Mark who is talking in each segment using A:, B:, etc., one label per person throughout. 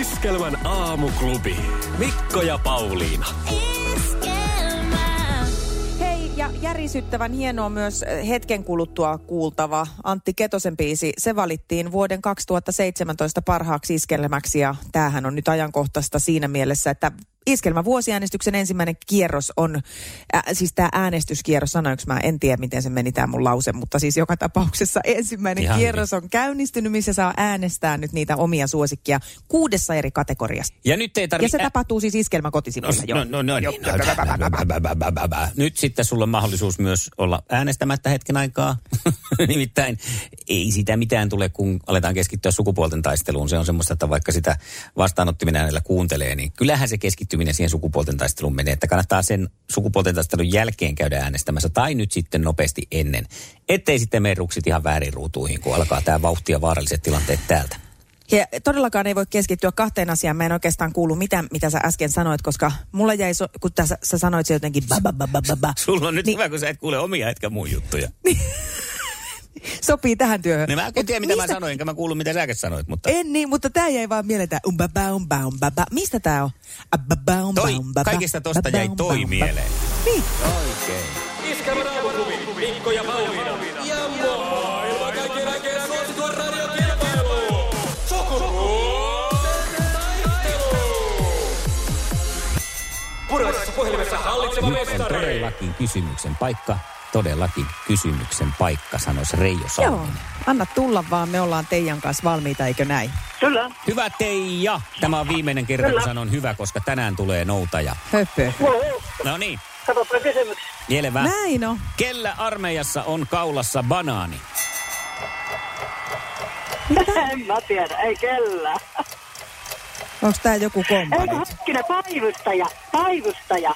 A: Iskelmän aamuklubi. Mikko ja Pauliina.
B: Hei, ja järisyttävän hienoa myös eh, hetken kuluttua kuultava Antti Ketosen biisi. Se valittiin vuoden 2017 parhaaksi iskelmäksi ja tämähän on nyt ajankohtaista siinä mielessä, että Iskelmä vuosiäänestyksen ensimmäinen kierros on, äh, siis tämä äänestyskierros, sanoinko mä, en tiedä miten se meni tämä mun lause, mutta siis joka tapauksessa ensimmäinen
A: Ihan hyvin.
B: kierros on käynnistynyt, missä saa äänestää nyt niitä omia suosikkia kuudessa eri kategoriassa.
C: Ja nyt ei
B: Ja
C: tarvitse...
B: se tapahtuu siis iskelmä kotisivuilla, joo.
C: No, no, no,
B: Joo.
C: niin, no, Nyt sitten sulla on mahdollisuus myös olla äänestämättä hetken aikaa. Nimittäin ei sitä mitään tule, kun aletaan keskittyä sukupuolten taisteluun. Se on semmoista, että vaikka sitä vastaanottiminen äänellä kuuntelee, niin kyllähän se keskittyminen siihen sukupuolten taisteluun menee. Että kannattaa sen sukupuolten taistelun jälkeen käydä äänestämässä tai nyt sitten nopeasti ennen. Ettei sitten mene ruksit ihan väärin ruutuihin, kun alkaa tämä vauhti ja vaaralliset tilanteet täältä.
B: Ja todellakaan ei voi keskittyä kahteen asiaan. Mä en oikeastaan kuulu mitään, mitä sä äsken sanoit, koska mulla jäi, so, kun tässä, sä sanoit se jotenkin ba, ba, ba, ba, ba, ba.
C: Sulla on nyt
B: Niin.
C: niin. hyvä, kun sä et kuule omia etkä muun juttuja.
B: Sopii tähän työhön.
C: Niin mä en
B: Mut
C: tiedä, mitä
B: mistä-
C: mä sanoin, enkä mä kuullut, mitä säkin sanoit, mutta...
B: En niin, mutta tää jäi vaan mieleen, tää umba, ba, umba, umba, ba. Mistä tää on? Abba, ba, umba,
C: Toi,
B: umba, ba,
C: kaikesta tosta
B: ba, um,
C: jäi
B: ba,
C: toi
B: umba,
C: mieleen.
B: umba. Niin.
C: Oikein.
A: Iskelmän aamuklubi. Mikko ja Pauliina. Ja maailman kaikkien aikeen suosituen radiokilpailu. Sukupuolten taistelu. Puraisessa puhelimessa hallitseva
C: Nyt on
A: mestari.
C: todellakin kysymyksen paikka. Todellakin kysymyksen paikka, sanoisi Reijo
B: Joo,
C: Salminen.
B: anna tulla vaan, me ollaan teidän kanssa valmiita, eikö näin?
D: Kyllä,
C: Hyvä Teija! Tämä on viimeinen kerta, kun
D: Kyllä.
C: sanon hyvä, koska tänään tulee noutaja.
B: Höpö.
D: Oho,
C: No niin,
D: katsotaan kysymys.
C: lielevä.
B: Näin on.
C: Kellä armeijassa on kaulassa banaani?
D: En mä tiedä, ei kellään.
B: Onko tää joku kompa
D: Eikö
B: nyt?
D: hetkinen, päivystäjä, päivystäjä.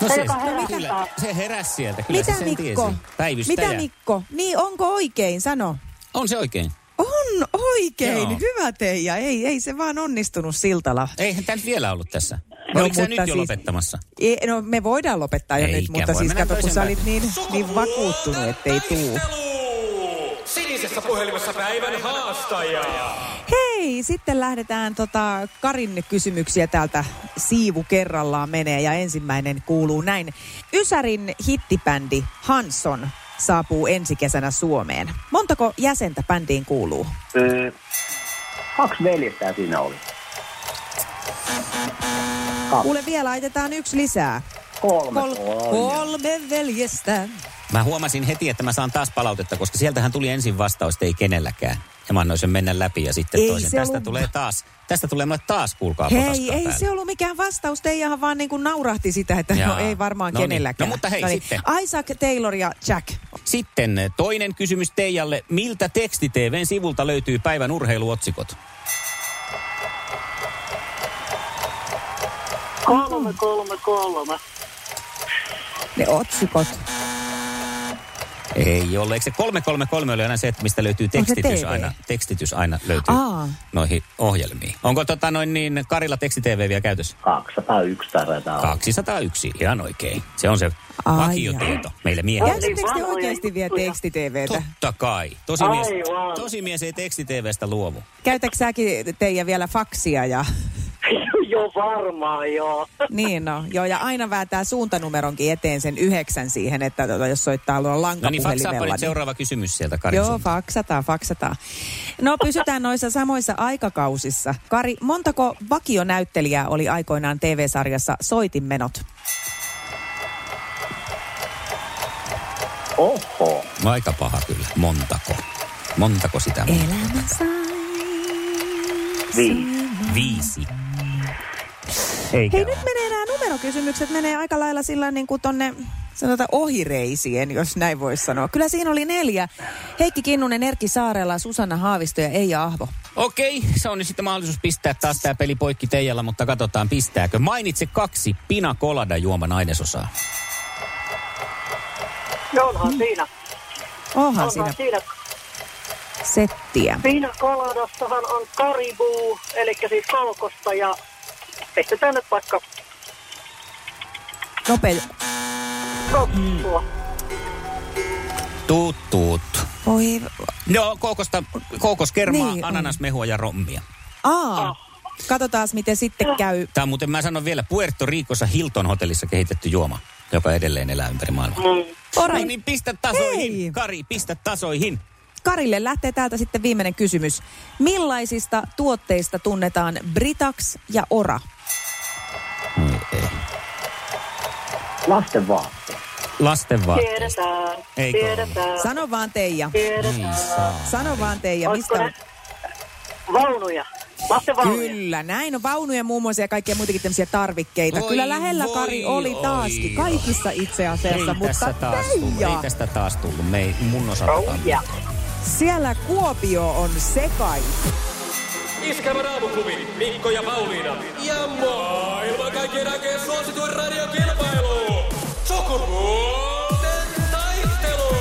C: No
D: Se,
C: se,
D: joka heräsi
C: kyllä,
D: taas.
C: se heräsi sieltä, kyllä
B: Mitä
C: se sen
B: Mikko?
C: tiesi. Päivystäjä.
B: Mitä Mikko? Niin, onko oikein? Sano.
C: On se oikein.
B: On oikein.
C: Joo.
B: Hyvä Teija. Ei, ei se vaan onnistunut Siltala.
C: Eihän tämä vielä ollut tässä. No, Oliko sä nyt jo siis... lopettamassa?
B: E, no me voidaan lopettaa jo
C: Eikä
B: nyt, mutta
C: voi,
B: siis
C: mennään
B: kato, kun sä
C: toiseen
B: olit niin, niin vakuuttunut, ettei tuu.
A: Taistelu! Sinisessä puhelimessa päivän haastaja.
B: Hei, sitten lähdetään tota Karin kysymyksiä täältä siivu kerrallaan menee ja ensimmäinen kuuluu näin. Ysärin hittibändi Hanson saapuu ensi kesänä Suomeen. Montako jäsentä bändiin kuuluu?
E: Öö, kaksi veljestä siinä oli.
B: Kuule vielä laitetaan yksi lisää.
E: Kolme.
B: Kol- kolme veljestä.
C: Mä huomasin heti, että mä saan taas palautetta, koska sieltähän tuli ensin vastaus, että ei kenelläkään. Ja mä annoin sen mennä läpi ja sitten
B: Ei
C: toisen.
B: se
C: Tästä
B: ollut-
C: tulee taas, tästä tulee mulle taas, kuulkaa
B: Hei,
C: potaskaa
B: ei
C: päälle.
B: se ollut mikään vastaus. Teijahan vaan niin kuin naurahti sitä, että
C: Jaa.
B: no ei varmaan
C: No niin.
B: kenelläkään.
C: No mutta hei, sitten.
B: Isaac, Taylor ja Jack.
C: Sitten toinen kysymys Teijalle. Miltä teksti TVn sivulta löytyy päivän urheiluotsikot?
B: Mm.
D: Kolme, kolme, kolme.
B: Ne otsikot.
C: Ei ole. Eikö se 333 oli aina se, että mistä löytyy
B: Onko se
C: tekstitys
B: TV?
C: aina? Tekstitys aina löytyy
B: Aa.
C: noihin ohjelmiin. Onko tota noin niin Karilla teksti TV vielä käytössä?
E: 201 taitaa olla.
C: 201, ihan oikein. Se on se
B: Ai
C: vakiotieto meille miehille.
B: Käytettekö te
D: vanhoja
B: oikeasti vielä
D: juttuja.
B: tekstitvtä?
C: Totta kai. Tosimies,
D: Aivan.
C: tosimies ei teksti TVstä luovu. No
B: Käytätkö säkin Teija vielä faksia ja...
D: joo, varmaan joo.
B: Niin no, joo, ja aina väätää suuntanumeronkin eteen sen yhdeksän siihen, että tota, jos soittaa luo
C: No niin, faksaapa
B: lankapuhelimella.
C: nyt seuraava kysymys sieltä Karin
B: Joo,
C: suuntaan.
B: faksataan, faksataan. No pysytään noissa samoissa aikakausissa. Kari, montako vakionäyttelijää oli aikoinaan TV-sarjassa Soitinmenot?
E: Oho.
C: Aika paha kyllä. Montako? Montako sitä? on?
B: Elämä sai.
E: Viisi.
C: Viisi. Eikä
B: Hei,
C: ole.
B: nyt menee nämä numerokysymykset, menee aika lailla sillä niin kuin tonne sanotaan ohireisien, jos näin voisi sanoa. Kyllä siinä oli neljä. Heikki Kinnunen, Erkki Saarela, Susanna Haavisto ja Eija Ahvo.
C: Okei, se on nyt sitten mahdollisuus pistää taas tämä peli poikki teijällä, mutta katsotaan pistääkö. Mainitse kaksi pina colada juoman ainesosaa.
D: No onhan siinä,
B: Onhan Mm. siinä
D: onhan siinä.
B: settiä.
D: Piina Koladassahan on karibuu, eli siis kolkosta ja pistetään nyt vaikka
B: Nopea. Mm.
D: kokkua.
C: Tuut, tuut.
B: Oi,
C: Joo, kookosta, kookoskermaa,
B: Niin
C: niin,
B: on.
C: ananasmehua ja rommia.
B: aa. Katsotaan, miten sitten käy.
C: Tämä on muuten, mä sanon vielä, Puerto Ricossa Hilton hotellissa kehitetty juoma, joka edelleen elää ympäri maailmaa.
D: Mm.
B: Orai.
C: No niin, pistä tasoihin,
B: Hei.
C: Kari, pistä tasoihin.
B: Karille lähtee täältä sitten viimeinen kysymys. Millaisista tuotteista tunnetaan Britax ja Ora?
E: Lasten vaatteet.
C: Lasten vaatteista.
D: Tiedetään,
C: Eikö
D: tiedetään,
B: Sano vaan Teija.
D: tiedetään.
B: Sano vaan Teija, Mm. mistä
D: Olisiko
B: on?
D: ne vaunuja? Lasten vaunuja.
B: Kyllä, näin on vaunuja muun muassa ja kaikkia muitakin tämmöisiä tarvikkeita.
C: Voi,
B: Kyllä lähellä
C: voi,
B: Kari oli
C: oi,
B: taaskin,
C: oi.
B: kaikissa itse
C: Ei
B: asiassa, mutta
C: tässä taas tullut, ei
B: Teija,
C: tästä taas tullut, me ei, mun osalta.
D: Ja.
B: siellä Kuopio on sekai.
A: Iskelmän aamuklubi, Mikko ja Pauliina. Ja maailman kaikkien aikeen suosituen radiokilpailu. Sukupuolten taistelu.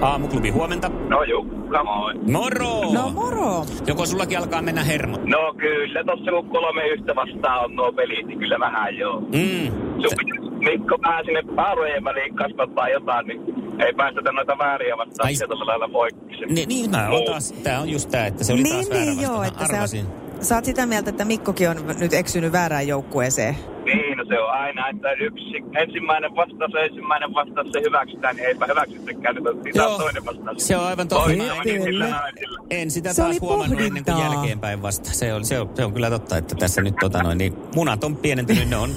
C: Aamuklubi, huomenta.
F: No Jukka, moi.
C: Moro!
B: No moro.
C: Joko sullakin alkaa mennä hermot?
F: No kyllä, tossa kun kolme yhtä vastaan on nuo pelit, niin kyllä vähän joo.
C: Mm.
F: Sun pitäisi, Mikko vähän sinne paarojen väliin kasvattaa jotain, niin ei päästetä noita vääriä vastaan
C: Ai-
F: Ai... sillä lailla poikkiksi.
C: Ni, niin mä oon
F: Niin.
C: taas, tää on just tää, että se oli taas
B: Niin,
C: väärä
B: niin joo,
C: vastaus.
B: että sä
C: Arvasin.
B: oot, sä oot sitä mieltä, että Mikkokin on nyt eksynyt väärään joukkueeseen.
F: Niin, no se on aina, että yksi ensimmäinen vastaus ja ensimmäinen vastaus se hyväksytään, niin eipä hyväksyttekään, niin otetaan toinen vastaus.
C: se on aivan totta.
F: Oi,
C: Mä
F: mä
C: en-
F: menin sillä
B: Kyllä.
F: naisilla.
C: En sitä
B: Se
C: taas
B: oli
C: huomannut ennen kuin
B: pohdintaa.
C: jälkeenpäin vasta. Se on, se, on, se on kyllä totta, että tässä nyt tota noin, niin munat on pienentynyt, ne on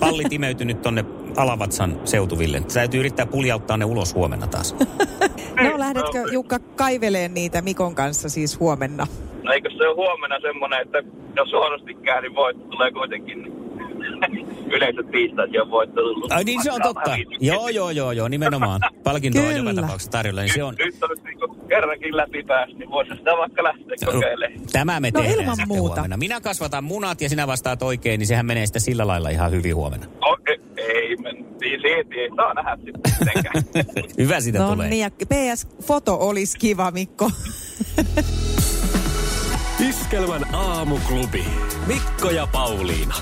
C: pallit imeytynyt tonne alavatsan seutuville. Täytyy yrittää puljauttaa ne ulos huomenna taas.
B: No lähdetkö Jukka kaiveleen niitä Mikon kanssa siis huomenna?
F: No eikö se ole huomenna semmonen, että jos huonosti käy, niin voitto tulee kuitenkin. niin Yleensä tiistaisin on voitto tullut.
C: Ai niin se on
F: Vaikka
C: totta.
F: vähän viisi.
C: Joo, joo, joo, joo, nimenomaan. Palkintoa on joka
B: Kyllä.
C: tapauksessa tarjolla, niin se on.
F: Nyt on niin kerrankin läpi päässyt, niin voisi sitä vaikka lähteä kokeilemaan.
C: No, Tämä me
B: No
C: tehdään
B: ilman
C: sitten
B: muuta.
C: huomenna. Minä kasvatan munat ja sinä vastaat oikein, niin sehän menee sitten sillä lailla ihan hyvin huomenna.
F: O, ei, ei, mentiin siitä, ei saa nähdä sitten mitenkään.
C: Hyvä sitä
B: No
C: tulee.
B: niin, ja PS-foto olisi kiva, Mikko.
A: Iskelmän aamuklubi, Mikko ja Pauliina.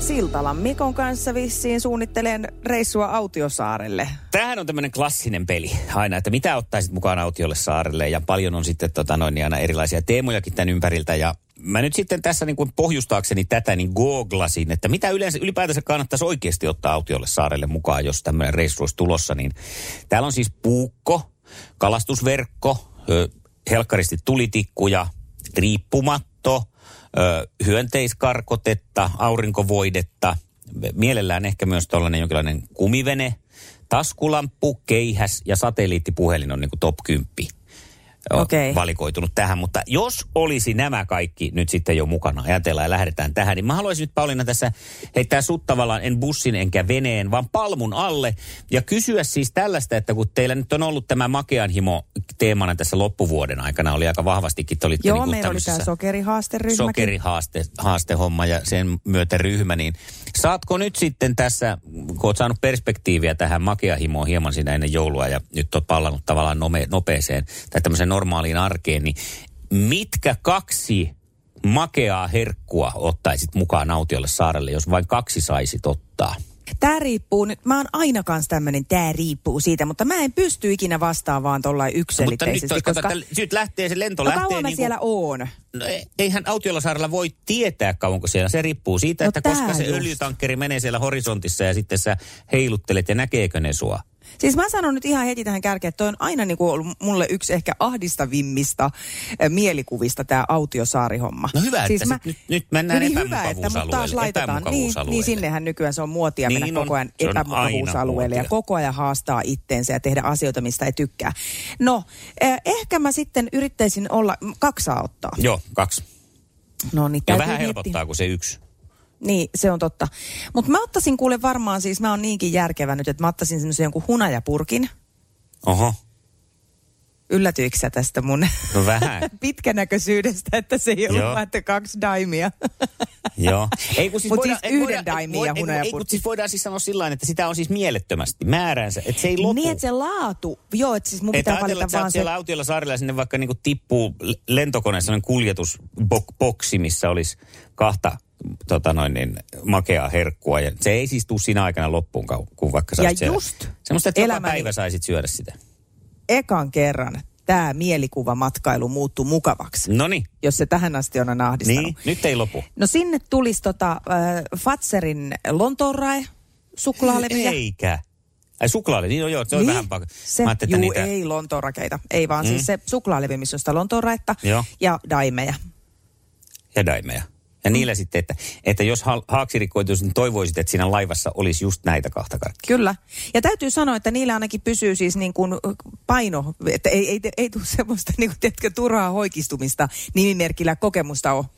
B: Siltalan Mikon kanssa vissiin suunnittelen reissua Autiosaarelle.
C: Tämähän on tämmöinen klassinen peli aina, että mitä ottaisit mukaan autiolle saarelle ja paljon on sitten tota noin, niin aina erilaisia teemojakin tämän ympäriltä ja mä nyt sitten tässä niin kuin pohjustaakseni tätä niin googlasin, että mitä yleensä ylipäätänsä kannattaisi oikeasti ottaa autiolle saarelle mukaan, jos tämmöinen reissu olisi tulossa, niin täällä on siis puukko, kalastusverkko, ö, helkkaristi tulitikkuja, riippumatto, ö, hyönteiskarkotetta, aurinkovoidetta, mielellään ehkä myös tällainen jonkinlainen kumivene, taskulamppu, keihäs ja satelliittipuhelin on niin kuin top 10 on
B: Okei.
C: valikoitunut tähän. Mutta jos olisi nämä kaikki nyt sitten jo mukana, ajatellaan ja lähdetään tähän, niin mä haluaisin nyt Pauliina tässä heittää sut tavallaan en bussin enkä veneen, vaan palmun alle ja kysyä siis tällaista, että kun teillä nyt on ollut tämä makean himo teemana tässä loppuvuoden aikana, oli aika vahvastikin, te olitte
B: Joo,
C: niin kuin
B: meillä oli tämä
C: tämmöisessä-
B: sokerihaasteryhmäkin.
C: sokerihaaste haastehomma ja sen myötä ryhmä, niin saatko nyt sitten tässä, kun oot saanut perspektiiviä tähän makeahimoon hieman siinä ennen joulua ja nyt oot pallannut tavallaan nome, nopeeseen tai tämmöiseen normaaliin arkeen, niin mitkä kaksi makeaa herkkua ottaisit mukaan autiolle saarelle, jos vain kaksi saisit ottaa?
B: Tää riippuu nyt, mä oon aina kans tämmönen, tää riippuu siitä, mutta mä en pysty ikinä vastaamaan tollain
C: No, mutta nyt,
B: yksilitteisesti,
C: olisi,
B: koska
C: koska... nyt lähtee se lento
B: no,
C: lähtee
B: kauan mä
C: niin kuin-
B: siellä oon.
C: No e- eihän autiolla saarella voi tietää kauanko siellä. Se riippuu siitä,
B: No
C: että
B: tää
C: koska se
B: just.
C: öljytankkeri menee siellä horisontissa ja sitten sä heiluttelet ja näkeekö ne sua.
B: Siis mä sanon nyt ihan heti tähän kärkeen, että toi on aina niinku ollut mulle yksi ehkä ahdistavimmista äh, mielikuvista tämä autiosaarihomma.
C: No hyvä, että
B: siis
C: sit nyt- nyt mennään
B: niin hyvä,
C: epämukavuusalueelle,
B: että mut taas laitetaan. Niin,
C: epämukavuusalueelle.
B: niin, sinnehän nykyään se on muotia
C: Niin
B: niin mennä
C: on,
B: koko ajan
C: se on aina
B: epämukavuusalueelle ja
C: muotia.
B: koko ajan haastaa itteensä ja tehdä asioita, mistä ei tykkää. No, äh, ehkä mä sitten yrittäisin olla, m, kaksi saa ottaa.
C: Joo, kaksi.
B: No niin,
C: Ja
B: täytyy
C: vähän
B: miettiä.
C: helpottaa kuin se yksi.
B: Niin, se on totta. Mutta mä ottaisin kuule varmaan, siis mä oon niinkin järkevä nyt, että mä ottaisin semmoisen jonkun hunajapurkin.
C: Oho,
B: Yllätyikö sä tästä mun
C: no vähän.
B: pitkänäköisyydestä, että se ei ollut
C: Joo.
B: vaan, että kaksi daimia.
C: Joo. Ei kun siis
B: Mut
C: voidaan, ei
B: siis yhden
C: voidaan-
B: daimin
C: ei-
B: ja
C: ei- ei-
B: hunajapurkki.
C: Ei kun siis voidaan siis sanoa sillä tavalla, että sitä on siis mielettömästi määränsä, että se ei lopu.
B: Niin, että se laatu. Joo, että siis mun
C: Että
B: pitää
C: ajatella,
B: valita
C: että sä oot
B: vaan se.
C: siellä autiolla saarella ja sinne vaikka niinku tippuu l- lentokoneessa sellainen kuljetusboksi, missä olisi kahta tota noin, niin, makeaa herkkua. Ja se ei siis tule siinä aikana loppuun, kau- kun vaikka sä
B: Ja
C: oot siellä.
B: just
C: Semmoista, että joka
B: elämäni-
C: päivä saisit syödä sitä.
B: Ekan kerran tämä mielikuvamatkailu muuttuu mukavaksi,
G: No niin,
B: jos se tähän asti on aina ahdistanut.
G: niin. nyt ei lopu.
B: No sinne tulisi tota, äh, Fatserin Lontoonrae suklaalevyjä.
G: Eikä. Ai suklaali, niin joo, joo se on vähän pak...
B: Se,
G: Mä ajattelin, että
B: juu,
G: niitä...
B: ei Lontoonrakeita. Ei vaan mm. siis se suklaalevy, missä on sitä Lontoonraetta
G: Joo.
B: ja daimeja.
G: ja daimeja. Ja niillä sitten, että, että jos ha- haaksirikkoituisi, niin toivoisit, että siinä laivassa olisi just näitä kahta kaikkea.
B: Kyllä. Ja täytyy sanoa, että niillä ainakin pysyy siis niin kuin paino, että ei, ei, ei tule semmoista niin kuin, tiedätkö, turhaa hoikistumista nimimerkillä kokemusta ole.
G: Mä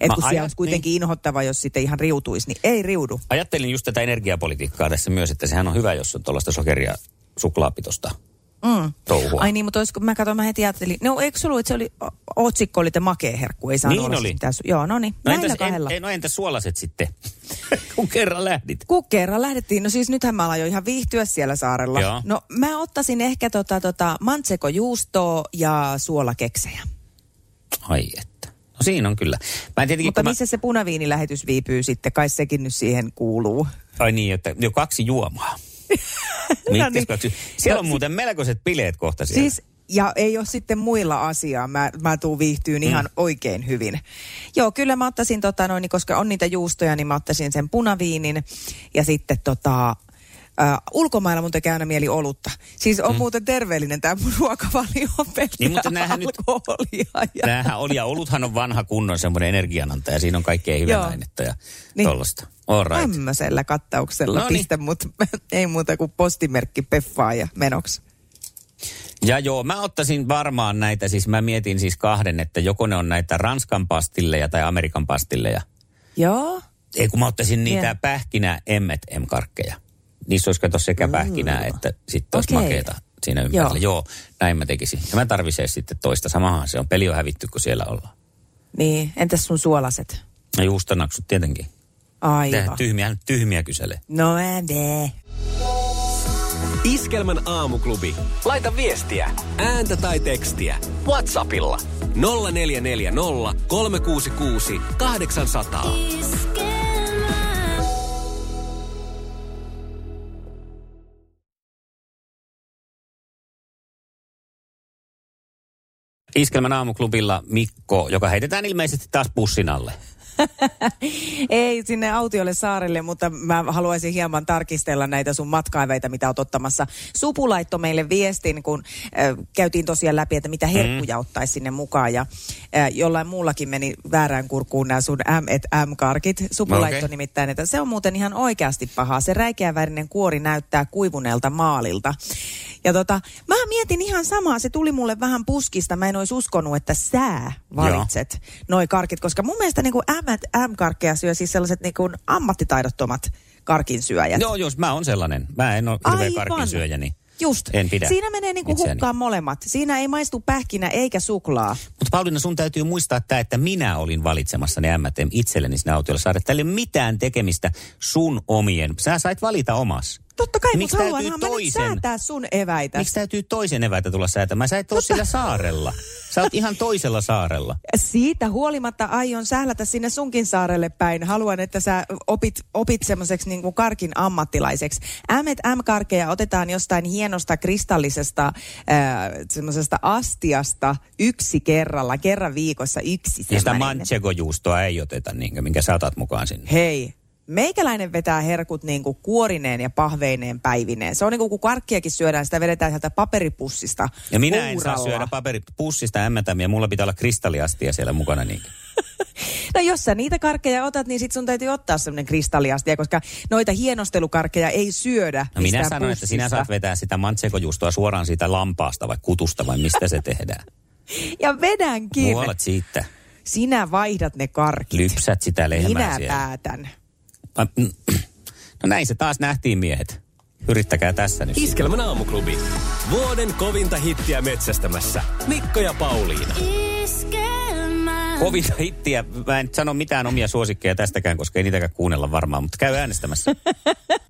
B: Että kun
G: ajan-
B: siellä olisi kuitenkin niin. inhottava, jos sitten ihan riutuisi, niin ei riudu.
G: Ajattelin just tätä energiapolitiikkaa tässä myös, että sehän on hyvä, jos on tuollaista sokeria suklaapitosta mm. touhua.
B: Ai niin, mutta olisiko, mä katsoin, mä heti ajattelin, no eikö se ollut, että se oli, o- otsikko oli, että makea herkku, ei saanut
G: Niin
B: olla
G: oli.
B: Mitään, su- joo, no niin,
G: no,
B: näillä
G: entäs,
B: kahdella.
G: en, no entäs suolaset sitten, kun kerran lähdit?
B: Kun kerran lähdettiin, no siis nythän mä aloin jo ihan viihtyä siellä saarella.
G: Joo.
B: No mä ottaisin ehkä tota, tota mantsekojuustoa ja suolakeksejä.
G: Ai että. No siinä on kyllä. Mä en tietenkin,
B: Mutta
G: kun
B: missä se punaviinilähetys viipyy sitten? Kai sekin nyt siihen kuuluu.
G: Mä... Ai niin, että jo kaksi juomaa. Mitkä
B: No niin.
G: kaksi? Siellä
B: No,
G: on
B: si-
G: muuten melkoiset bileet kohta siellä.
B: Siis, ja ei ole sitten muilla asiaa. Mä, mä tuun
G: Mm.
B: viihtyyn ihan oikein hyvin. Joo, kyllä mä ottaisin, tota, noin, koska on niitä juustoja, niin mä ottaisin sen punaviinin. Ja sitten tota, Uh, ulkomailla mun tekee aina mieli olutta. Siis on mm. muuten terveellinen tämä mun ruokavalio on pelkkää
G: Niin,
B: niin,
G: mutta näähän nyt-
B: alkoholia. Ja...
G: Tämähän oli, ja oluthan on vanha kunnon semmoinen energianantaja. Siinä on kaikkea hyvää
B: Joo.
G: ainetta ja niin.
B: Niin.
G: tollasta. All right.
B: Tämmöisellä kattauksella
G: No
B: no
G: niin.
B: niin. pistä mut, ei muuta kuin postimerkki peffaa ja menoksi.
G: Ja joo, mä ottaisin varmaan näitä, siis mä mietin siis kahden, että joko ne on näitä Ranskan pastilleja tai Amerikan pastilleja.
B: Joo.
G: Ei kun mä ottaisin niitä yeah.
B: Joo.
G: pähkinä emmet karkkeja Niissä olisi kato sekä pähkinää että sitten olisi okay.
B: Mm. Okei.
G: makeita siinä ympärillä. Joo. joo, näin mä tekisin. Ja mä tarvitsen sitten toista. Samahan se on. Peli on hävitty, kun siellä ollaan.
B: Niin, entäs sun suolaset?
G: Ja juustonaksut tietenkin. Tehän
B: Aivan.
G: tyhmiä, tyhmiä kyselee.
B: No ääne.
C: Iskelmän aamuklubi. Laita viestiä, ääntä tai tekstiä. Whatsappilla 0440 366 800.
G: Iskelmän aamuklubilla Mikko, joka heitetään ilmeisesti taas pussin alle.
B: Ei sinne autiolle saarelle, mutta mä haluaisin hieman tarkistella näitä sun matkaiveita, mitä oot ottamassa. Supu laittoi meille viestin, kun äh, käytiin tosiaan läpi, että mitä herkkuja mm. ottaisi sinne mukaan. Ja äh, jollain muullakin meni väärään kurkuun nämä sun M et M-karkit. Supu
G: No
B: okay.
G: okei.
B: laittoi nimittäin, että se on muuten ihan oikeasti pahaa. Se räikeävärinen kuori näyttää kuivuneelta maalilta. Ja tota, mä mietin ihan samaa. Se tuli mulle vähän puskista. Mä en olisi uskonut, että sää valitset noi karkit, koska mun mielestä niin M- M-karkkeja syö siis sellaiset niin kuin ammattitaidottomat karkinsyöjät.
G: Joo, jos mä oon sellainen. Mä en ole hirveä karkinsyöjä, niin
B: Just.
G: en pidä
B: Siinä menee niin kuin
G: itseäni.
B: hukkaan molemmat. Siinä ei maistu pähkinä eikä suklaa.
G: Mutta Pauliina, sun täytyy muistaa tämä, että minä olin valitsemassa ne M&M itselleni sinne autiolla saada. Tällä ei ole mitään tekemistä sun omien. Sä sait valita omas.
B: Totta kai,
G: Miksi
B: mutta
G: täytyy
B: haluanhan mä nyt
G: toisen?
B: säätää sun eväitä.
G: Miksi täytyy toisen eväitä tulla säätämään? Sä et ole sillä saarella. Sä oot ihan toisella saarella.
B: Siitä huolimatta aion sählätä sinne sunkin saarelle päin. Haluan, että sä opit, opit semmoiseksi niin kuin karkin ammattilaiseksi. Ämet M-karkeja otetaan jostain hienosta kristallisesta äh, semmoisesta astiasta yksi kerralla, kerran viikossa yksi
G: Ja sitä
B: semmoinen.
G: manchego-juustoa ei oteta, niinkö, minkä sä otat mukaan sinne.
B: Hei, meikäläinen vetää herkut niin kuin kuorineen ja pahveineen päivineen. Se on niin kuin kun karkkiakin syödään, sitä vedetään sieltä paperipussista
G: Ja minä en saa
B: kouralla.
G: syödä paperipussista M&Mia. Mulla pitää olla kristalliastia siellä mukana niinkö.
B: No jos sä niitä karkkeja otat, niin sit sun täytyy ottaa semmoinen kristalliastia, koska noita hienostelukarkkeja ei syödä
G: No minä
B: mistään
G: sanon, että sinä
B: pussista.
G: saat vetää sitä mansekojuustoa suoraan siitä lampaasta vai kutusta vai mistä se tehdään.
B: Ja vedänkin.
G: Puolet siitä.
B: Sinä vaihdat ne karkit.
G: Lypsät sitä lehmää
B: minä
G: siellä.
B: päätän.
G: Ah, mm. No näin se taas nähtiin miehet. Yrittäkää tässä nyt.
C: Iskelmän aamuklubi. Vuoden kovinta hittiä metsästämässä Mikko ja Pauliina.
G: Kovin hittiä. Mä en sano mitään omia suosikkeja tästäkään, koska ei niitäkään kuunnella varmaan, mutta käy äänestämässä.